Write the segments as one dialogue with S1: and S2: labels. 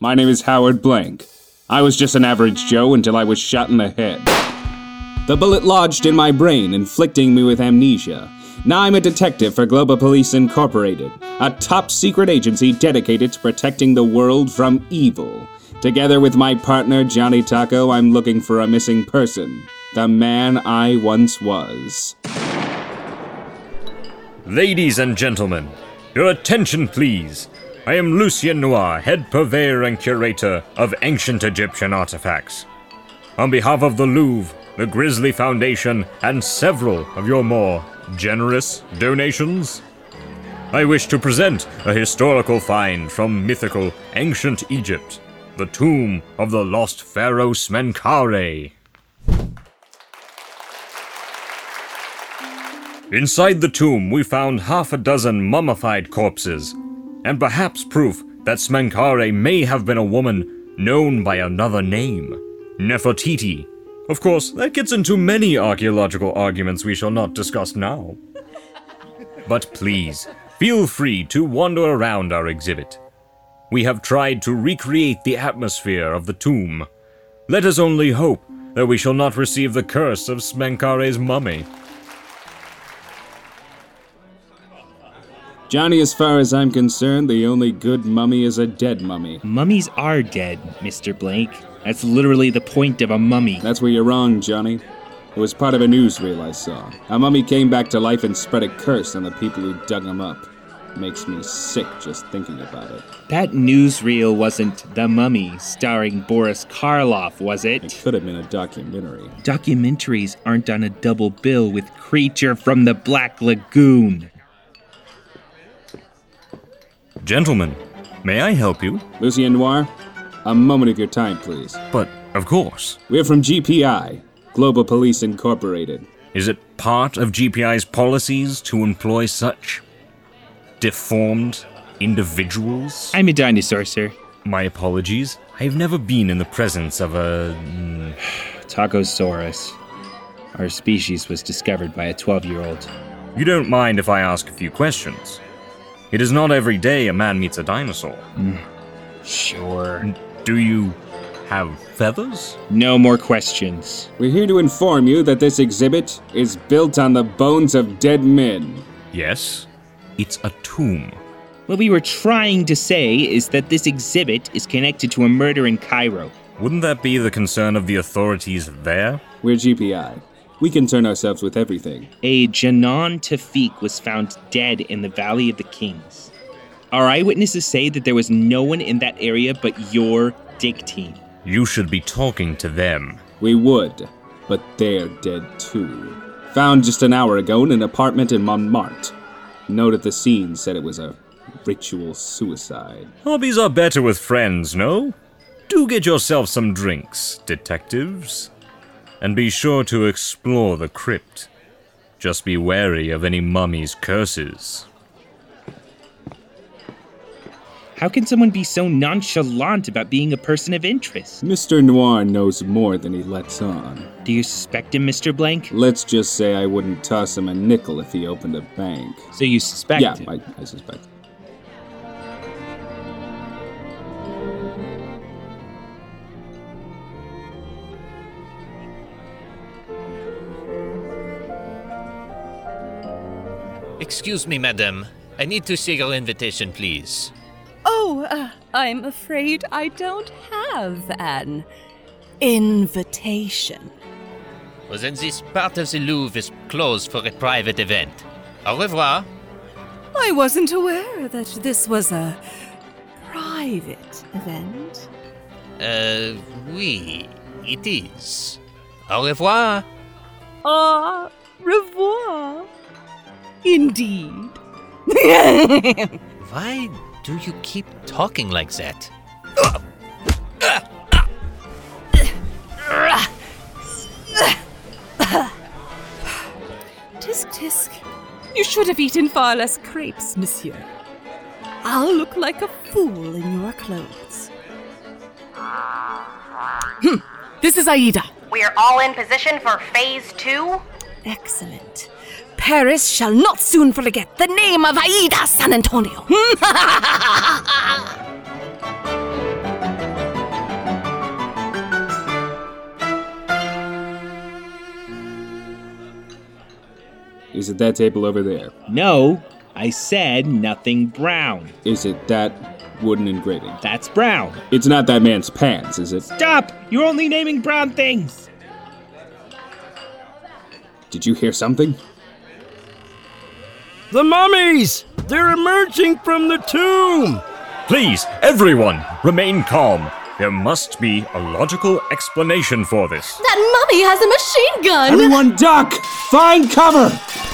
S1: My name is Howard Blank. I was just an average Joe until I was shot in the head. The bullet lodged in my brain, inflicting me with amnesia. Now I'm a detective for Global Police Incorporated, a top secret agency dedicated to protecting the world from evil. Together with my partner, Johnny Taco, I'm looking for a missing person. The man I once was.
S2: Ladies and gentlemen, your attention please. I am Lucien Noir, head purveyor and curator of ancient Egyptian artifacts. On behalf of the Louvre, the Grizzly Foundation, and several of your more generous donations, I wish to present a historical find from mythical ancient Egypt, the tomb of the lost pharaoh Smenkhare. Inside the tomb, we found half a dozen mummified corpses, and perhaps proof that Smenkare may have been a woman known by another name Nefertiti. Of course, that gets into many archaeological arguments we shall not discuss now. but please, feel free to wander around our exhibit. We have tried to recreate the atmosphere of the tomb. Let us only hope that we shall not receive the curse of Smenkare's mummy.
S1: Johnny, as far as I'm concerned, the only good mummy is a dead mummy.
S3: Mummies are dead, Mr. Blank. That's literally the point of a mummy.
S1: That's where you're wrong, Johnny. It was part of a newsreel I saw. A mummy came back to life and spread a curse on the people who dug him up. Makes me sick just thinking about it.
S3: That newsreel wasn't The Mummy starring Boris Karloff, was it?
S1: Could have been a documentary.
S3: Documentaries aren't on a double bill with Creature from the Black Lagoon.
S2: Gentlemen, may I help you?
S1: Lucien Noir, a moment of your time, please.
S2: But of course.
S1: We're from GPI, Global Police Incorporated.
S2: Is it part of GPI's policies to employ such deformed individuals?
S3: I'm a dinosaur, sir.
S2: My apologies. I've never been in the presence of a.
S3: Tacosaurus. Our species was discovered by a 12 year old.
S2: You don't mind if I ask a few questions. It is not every day a man meets a dinosaur.
S3: Sure.
S2: Do you have feathers?
S3: No more questions.
S1: We're here to inform you that this exhibit is built on the bones of dead men.
S2: Yes. It's a tomb.
S3: What we were trying to say is that this exhibit is connected to a murder in Cairo.
S2: Wouldn't that be the concern of the authorities there?
S1: We're GPI. We concern ourselves with everything.
S3: A Janan Tafiq was found dead in the Valley of the Kings. Our eyewitnesses say that there was no one in that area but your dig team.
S2: You should be talking to them.
S1: We would, but they're dead too. Found just an hour ago in an apartment in Montmartre. Note at the scene said it was a ritual suicide.
S2: Hobbies are better with friends, no? Do get yourself some drinks, detectives. And be sure to explore the crypt. Just be wary of any mummy's curses.
S3: How can someone be so nonchalant about being a person of interest?
S1: Mr. Noir knows more than he lets on.
S3: Do you suspect him, Mr. Blank?
S1: Let's just say I wouldn't toss him a nickel if he opened a bank.
S3: So you suspect
S1: yeah,
S3: him?
S1: I, I suspect.
S4: Excuse me, madam. I need to see your invitation, please.
S5: Oh, uh, I'm afraid I don't have an invitation.
S4: Well, then this part of the Louvre is closed for a private event. Au revoir.
S5: I wasn't aware that this was a private event.
S4: Uh, oui, it is. Au revoir.
S5: Au revoir. Indeed.
S4: Why do you keep talking like that?
S5: Tisk tisk. You should have eaten far less crepes, monsieur. I'll look like a fool in your clothes. Hmm, This is Aida.
S6: We're all in position for phase two.
S5: Excellent. Paris shall not soon forget the name of Aida San Antonio.
S1: Is it that table over there?
S3: No, I said nothing brown.
S1: Is it that wooden engraving?
S3: That's brown.
S1: It's not that man's pants, is it?
S3: Stop! You're only naming brown things!
S1: Did you hear something?
S7: The mummies! They're emerging from the tomb!
S2: Please, everyone, remain calm. There must be a logical explanation for this.
S8: That mummy has a machine gun!
S1: Everyone duck! Find cover!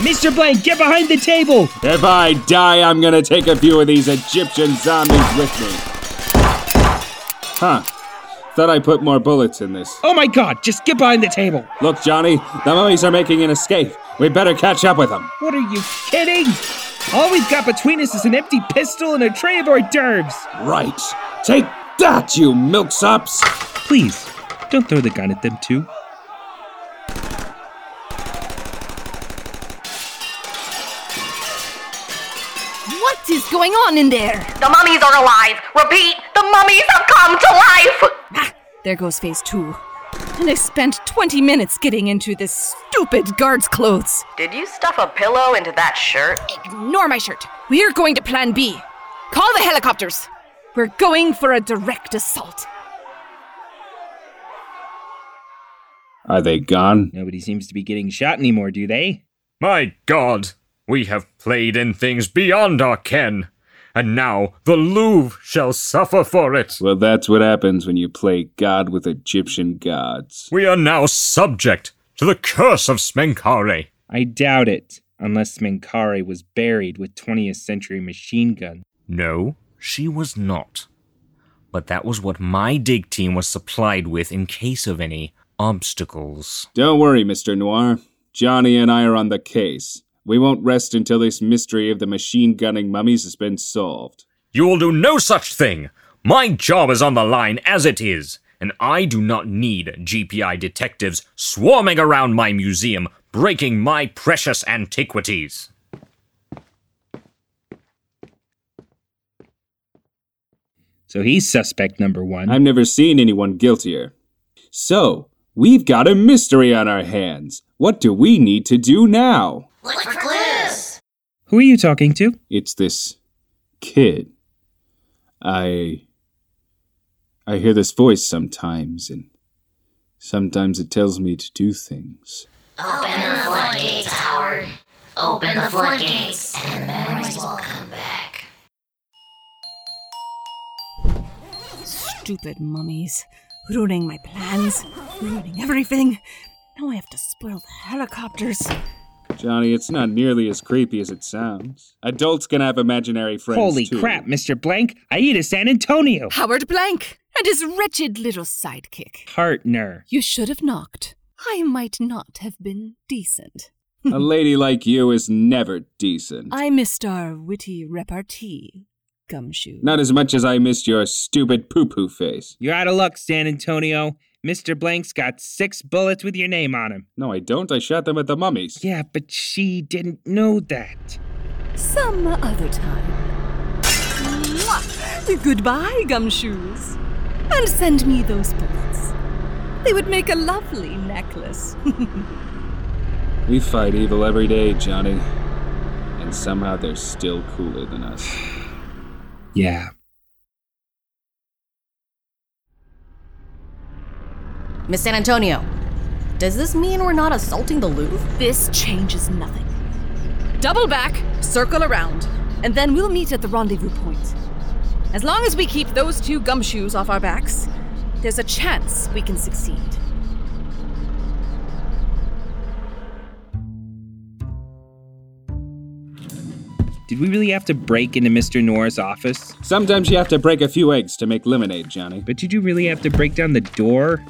S3: Mr. Blank, get behind the table!
S1: If I die, I'm gonna take a few of these Egyptian zombies with me. Huh. Thought I put more bullets in this.
S3: Oh my god, just get behind the table!
S1: Look, Johnny, the mummies are making an escape. We better catch up with them.
S3: What are you kidding? All we've got between us is an empty pistol and a tray of hors d'oeuvres!
S1: Right. Take that, you milksops!
S3: Please, don't throw the gun at them too.
S8: What is going on in there?
S6: The mummies are alive. Repeat, the mummies have come to life.
S5: Ah, there goes phase two. And I spent 20 minutes getting into this stupid guard's clothes.
S6: Did you stuff a pillow into that shirt?
S5: Ignore my shirt. We are going to plan B. Call the helicopters. We're going for a direct assault.
S1: Are they gone?
S3: Nobody seems to be getting shot anymore, do they?
S2: My god, we have played in things beyond our ken, and now the Louvre shall suffer for it.
S1: Well, that's what happens when you play God with Egyptian gods.
S2: We are now subject to the curse of Smenkare.
S3: I doubt it, unless Menkare was buried with 20th century machine guns.
S2: No, she was not. But that was what my dig team was supplied with in case of any obstacles.
S1: Don't worry, Mr. Noir. Johnny and I are on the case. We won't rest until this mystery of the machine gunning mummies has been solved.
S2: You will do no such thing! My job is on the line as it is, and I do not need GPI detectives swarming around my museum, breaking my precious antiquities.
S3: So he's suspect number one.
S1: I've never seen anyone guiltier. So, we've got a mystery on our hands. What do we need to do now?
S3: Who are you talking to?
S1: It's this kid. I. I hear this voice sometimes, and sometimes it tells me to do things.
S5: Stupid mummies. Ruining my plans, ruining everything. Now I have to spoil the helicopters.
S1: Johnny, it's not nearly as creepy as it sounds. Adults can have imaginary friends.
S3: Holy
S1: too.
S3: crap, Mr. Blank! I eat a San Antonio!
S5: Howard Blank and his wretched little sidekick.
S3: Partner.
S5: You should have knocked. I might not have been decent.
S1: a lady like you is never decent.
S5: I missed our witty repartee, Gumshoe.
S1: Not as much as I missed your stupid poo poo face.
S3: You're out of luck, San Antonio. Mr. Blank's got six bullets with your name on him.
S1: No, I don't. I shot them at the mummies.
S3: Yeah, but she didn't know that.
S5: Some other time. Mwah! Goodbye, Gumshoes. And send me those bullets. They would make a lovely necklace.
S1: We fight evil every day, Johnny. And somehow they're still cooler than us.
S3: Yeah.
S8: Miss San Antonio, does this mean we're not assaulting the Louvre?
S5: This changes nothing. Double back, circle around, and then we'll meet at the rendezvous point. As long as we keep those two gumshoes off our backs, there's a chance we can succeed.
S3: Did we really have to break into Mr. Noir's office?
S1: Sometimes you have to break a few eggs to make lemonade, Johnny.
S3: But did you really have to break down the door?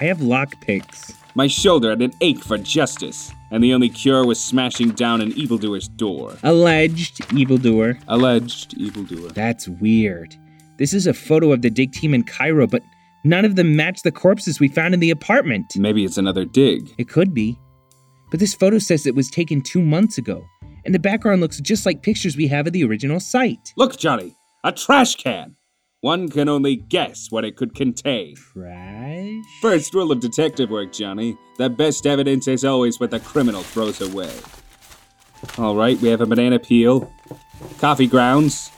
S3: I have lockpicks.
S1: My shoulder had an ache for justice, and the only cure was smashing down an evildoer's door.
S3: Alleged evildoer.
S1: Alleged evildoer.
S3: That's weird. This is a photo of the dig team in Cairo, but none of them match the corpses we found in the apartment.
S1: Maybe it's another dig.
S3: It could be. But this photo says it was taken two months ago, and the background looks just like pictures we have of the original site.
S1: Look, Johnny, a trash can. One can only guess what it could contain.
S3: Trash?
S1: First rule of detective work, Johnny. The best evidence is always what the criminal throws away. All right, we have a banana peel, coffee grounds,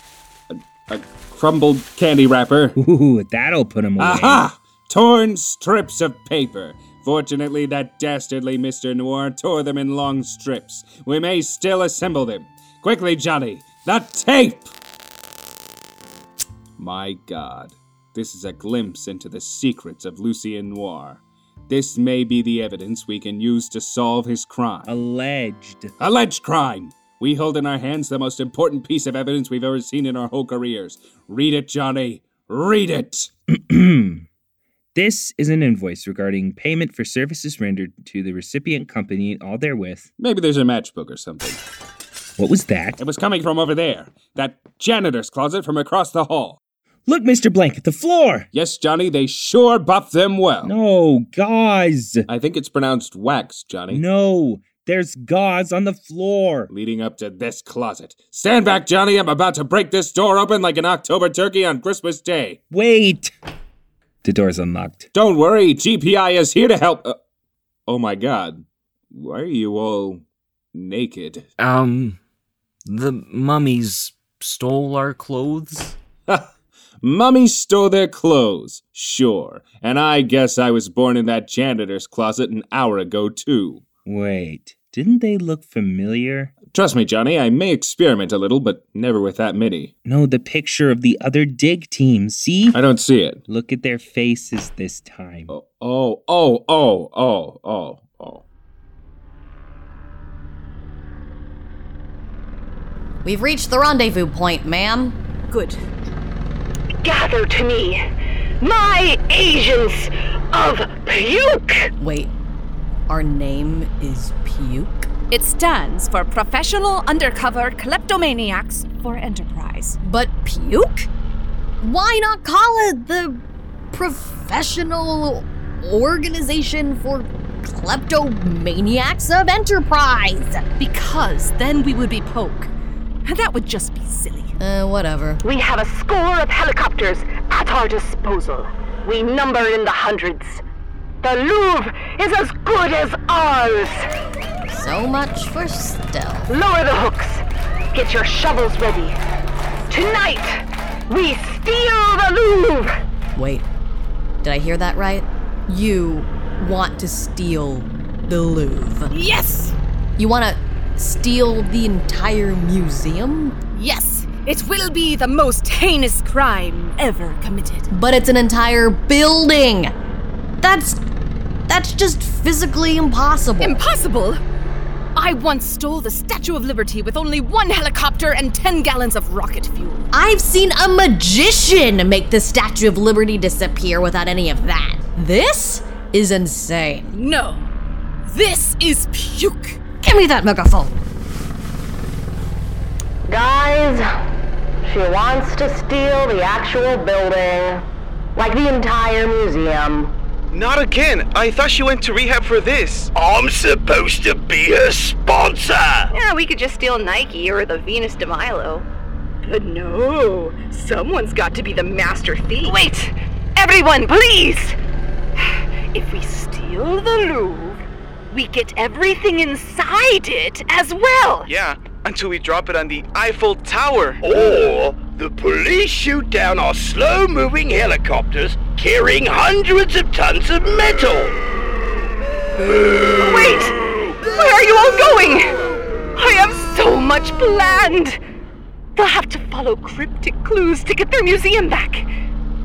S1: a, a crumbled candy wrapper.
S3: Ooh, that'll put him away.
S1: Aha! Torn strips of paper. Fortunately, that dastardly Mr. Noir tore them in long strips. We may still assemble them. Quickly, Johnny, the tape! My god, this is a glimpse into the secrets of Lucien Noir. This may be the evidence we can use to solve his crime.
S3: Alleged.
S1: Alleged crime! We hold in our hands the most important piece of evidence we've ever seen in our whole careers. Read it, Johnny. Read it!
S3: This is an invoice regarding payment for services rendered to the recipient company and all therewith.
S1: Maybe there's a matchbook or something.
S3: What was that?
S1: It was coming from over there. That janitor's closet from across the hall.
S3: Look, Mr. Blank, the floor!
S1: Yes, Johnny, they sure buffed them well.
S3: No, gauze!
S1: I think it's pronounced wax, Johnny.
S3: No, there's gauze on the floor.
S1: Leading up to this closet. Stand back, Johnny. I'm about to break this door open like an October turkey on Christmas Day.
S3: Wait! The door's unlocked.
S1: Don't worry, GPI is here to help. Uh, oh my god. Why are you all naked?
S4: Um, the mummies stole our clothes?
S1: Mummies stole their clothes, sure. And I guess I was born in that janitor's closet an hour ago, too.
S3: Wait, didn't they look familiar?
S1: Trust me, Johnny, I may experiment a little, but never with that many.
S3: No, the picture of the other dig team, see?
S1: I don't see it.
S3: Look at their faces this time.
S1: Oh, oh, oh, oh, oh, oh, oh.
S9: We've reached the rendezvous point, ma'am.
S5: Good.
S6: Gather to me, my agents of puke!
S9: Wait, our name is Puke?
S5: It stands for Professional Undercover Kleptomaniacs for Enterprise.
S9: But Puke? Why not call it the Professional Organization for Kleptomaniacs of Enterprise?
S5: Because then we would be poke. And that would just be silly.
S9: Uh, whatever.
S6: We have a score of helicopters at our disposal. We number in the hundreds. The Louvre is as good as ours.
S9: So much for stealth.
S6: Lower the hooks. Get your shovels ready. Tonight, we steal the Louvre.
S9: Wait, did I hear that right? You want to steal the Louvre.
S5: Yes!
S9: You want to steal the entire museum?
S5: Yes! It will be the most heinous crime ever committed.
S9: But it's an entire building! That's. that's just physically impossible.
S5: Impossible! I once stole the Statue of Liberty with only one helicopter and 10 gallons of rocket fuel.
S9: I've seen a magician make the Statue of Liberty disappear without any of that. This is insane.
S5: No, this is puke.
S9: Give me that megaphone.
S6: Guys, she wants to steal the actual building, like the entire museum.
S10: Not again. I thought she went to rehab for this.
S11: I'm supposed to be her sponsor.
S6: Yeah, we could just steal Nike or the Venus de Milo. But no, someone's got to be the master thief. Wait! Everyone, please! If we steal the Louvre, we get everything inside it as well!
S10: Yeah, until we drop it on the Eiffel Tower.
S11: Or the police shoot down our slow moving helicopters carrying hundreds of tons of metal.
S6: Wait! Where are you all going? I have so much planned! They'll have to follow cryptic clues to get their museum back.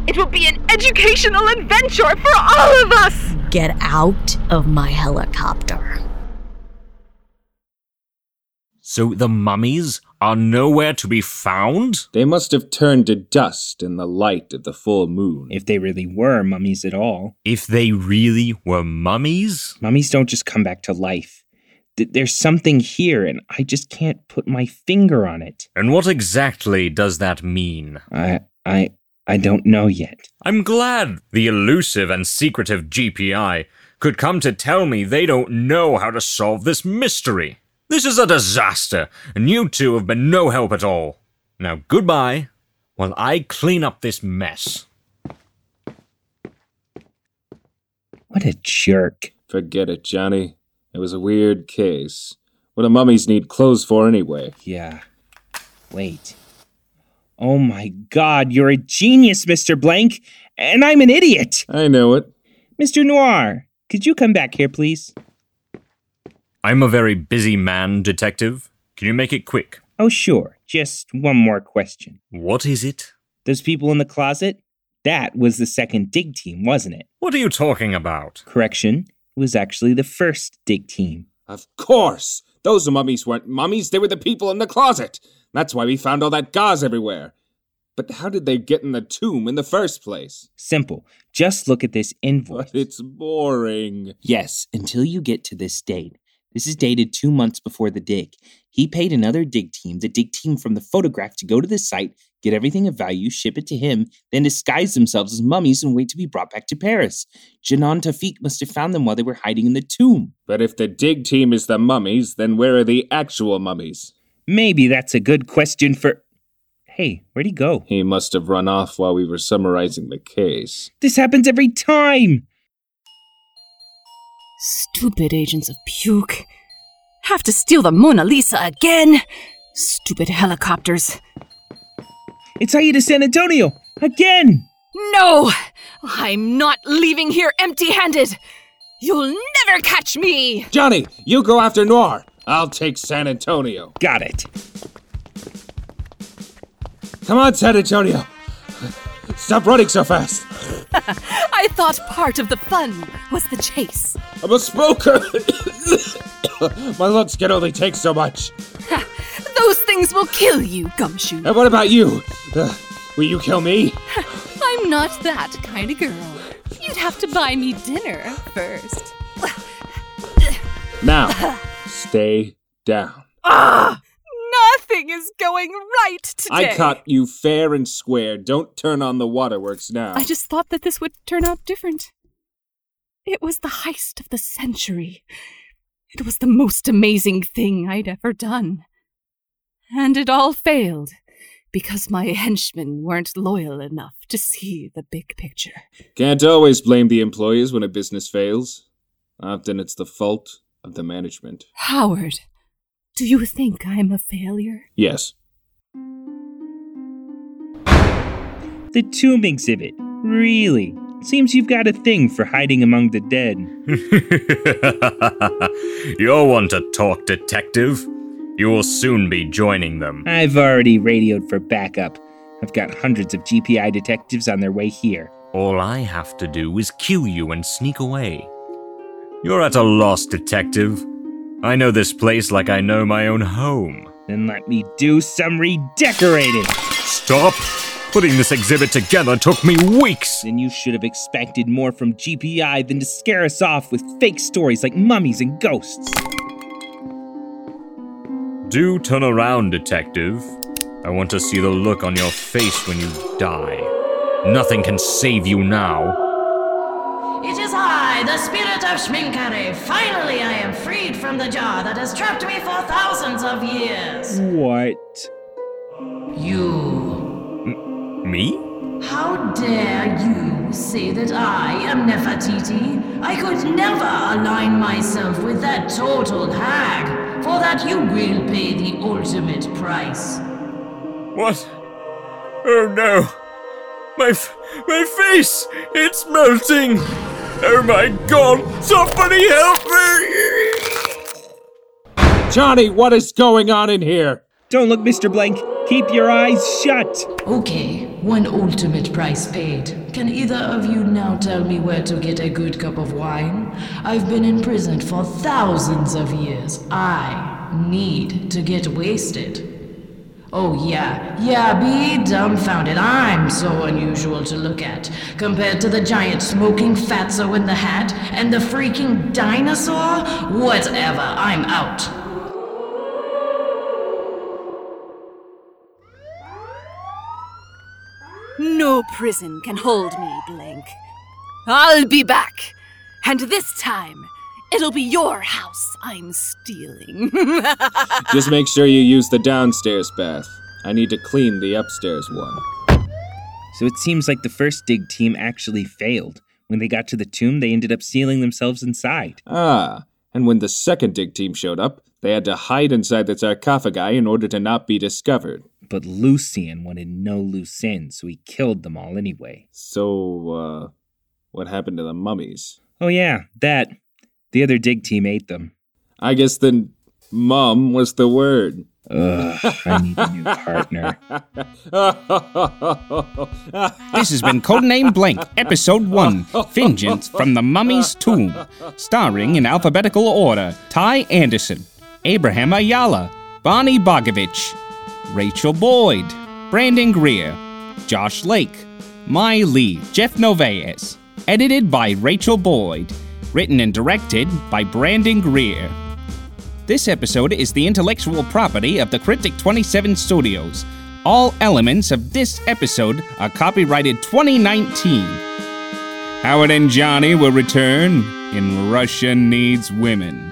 S6: It will be an educational adventure for all of us!
S9: Get out of my helicopter.
S2: So the mummies are nowhere to be found?
S1: They must have turned to dust in the light of the full moon.
S3: If they really were mummies at all,
S2: If they really were mummies?
S3: mummies don't just come back to life. Th- there's something here, and I just can't put my finger on it.
S2: And what exactly does that mean?
S3: I, I, I don't know yet.
S2: I'm glad the elusive and secretive GPI could come to tell me they don't know how to solve this mystery. This is a disaster, and you two have been no help at all. Now, goodbye, while I clean up this mess.
S3: What a jerk.
S1: Forget it, Johnny. It was a weird case. What do mummies need clothes for anyway?
S3: Yeah. Wait. Oh my god, you're a genius, Mr. Blank, and I'm an idiot!
S1: I know it.
S3: Mr. Noir, could you come back here, please?
S2: I'm a very busy man, detective. Can you make it quick?
S3: Oh, sure. Just one more question.
S2: What is it?
S3: Those people in the closet? That was the second dig team, wasn't it?
S2: What are you talking about?
S3: Correction, it was actually the first dig team.
S1: Of course! Those mummies weren't mummies, they were the people in the closet! That's why we found all that gauze everywhere. But how did they get in the tomb in the first place?
S3: Simple. Just look at this invoice.
S1: But it's boring.
S3: Yes, until you get to this date. This is dated two months before the dig. He paid another dig team, the dig team from the photograph, to go to the site, get everything of value, ship it to him, then disguise themselves as mummies and wait to be brought back to Paris. Janan Tafik must have found them while they were hiding in the tomb.
S1: But if the dig team is the mummies, then where are the actual mummies?
S3: Maybe that's a good question for. Hey, where'd he go?
S1: He must have run off while we were summarizing the case.
S3: This happens every time!
S5: Stupid agents of puke. Have to steal the Mona Lisa again. Stupid helicopters.
S3: It's Aida San Antonio! Again!
S5: No! I'm not leaving here empty handed! You'll never catch me!
S1: Johnny, you go after Noir. I'll take San Antonio.
S3: Got it.
S1: Come on, San Antonio. Stop running so fast.
S5: I thought part of the fun was the chase.
S1: I'm a smoker. My lungs can only take so much.
S5: Ha, those things will kill you, Gumshoe.
S1: And what about you? Uh, will you kill me?
S5: I'm not that kind of girl. You'd have to buy me dinner first.
S1: Now, stay down.
S5: Ah! Nothing is going right today.
S1: I caught you fair and square. Don't turn on the waterworks now.
S5: I just thought that this would turn out different. It was the heist of the century. It was the most amazing thing I'd ever done. And it all failed because my henchmen weren't loyal enough to see the big picture.
S1: Can't always blame the employers when a business fails. Often it's the fault of the management.
S5: Howard, do you think I'm a failure?
S1: Yes.
S3: The tomb exhibit. Really? Seems you've got a thing for hiding among the dead.
S2: You're one to talk, detective. You will soon be joining them.
S3: I've already radioed for backup. I've got hundreds of GPI detectives on their way here.
S2: All I have to do is kill you and sneak away. You're at a loss, detective. I know this place like I know my own home.
S3: Then let me do some redecorating.
S2: Stop! Putting this exhibit together took me weeks!
S3: Then you should have expected more from GPI than to scare us off with fake stories like mummies and ghosts.
S2: Do turn around, detective. I want to see the look on your face when you die. Nothing can save you now.
S9: It is I, the spirit of Schminkari. Finally, I am freed from the jar that has trapped me for thousands of years.
S3: What?
S9: You.
S2: M- me?
S9: How dare you say that I am Nefertiti? I could never align myself with that total hag. For that, you will pay the ultimate price.
S2: What? Oh no! My, f- my face! It's melting! Oh my god! Somebody help me!
S1: Johnny, what is going on in here?
S3: Don't look, Mr. Blank. Keep your eyes shut.
S9: Okay, one ultimate price paid. Can either of you now tell me where to get a good cup of wine? I've been imprisoned for thousands of years. I need to get wasted. Oh, yeah, yeah, be dumbfounded. I'm so unusual to look at, compared to the giant smoking fatso in the hat and the freaking dinosaur? Whatever, I'm out.
S5: No prison can hold me, Blank. I'll be back, and this time. It'll be your house I'm stealing.
S1: Just make sure you use the downstairs bath. I need to clean the upstairs one.
S3: So it seems like the first dig team actually failed. When they got to the tomb, they ended up sealing themselves inside.
S1: Ah, and when the second dig team showed up, They had to hide inside the sarcophagi in order to not be discovered.
S12: But Lucian wanted no loose ends, so he killed them all anyway.
S1: So, uh, what happened to the mummies?
S12: Oh, yeah, that. The other dig team ate them.
S1: I guess then mum was the word.
S12: Ugh, I need a new partner.
S3: This has been Codename Blank, Episode 1 Vengeance from the Mummy's Tomb. Starring in alphabetical order Ty Anderson, Abraham Ayala, Bonnie Bogovich, Rachel Boyd, Brandon Greer, Josh Lake, Mai Lee, Jeff Novaez. Edited by Rachel Boyd. Written and directed by Brandon Greer. This episode is the intellectual property of the Cryptic 27 Studios. All elements of this episode are copyrighted 2019. Howard and Johnny will return in Russia Needs Women.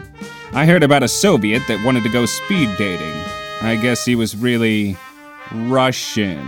S3: I heard about a Soviet that wanted to go speed dating. I guess he was really Russian.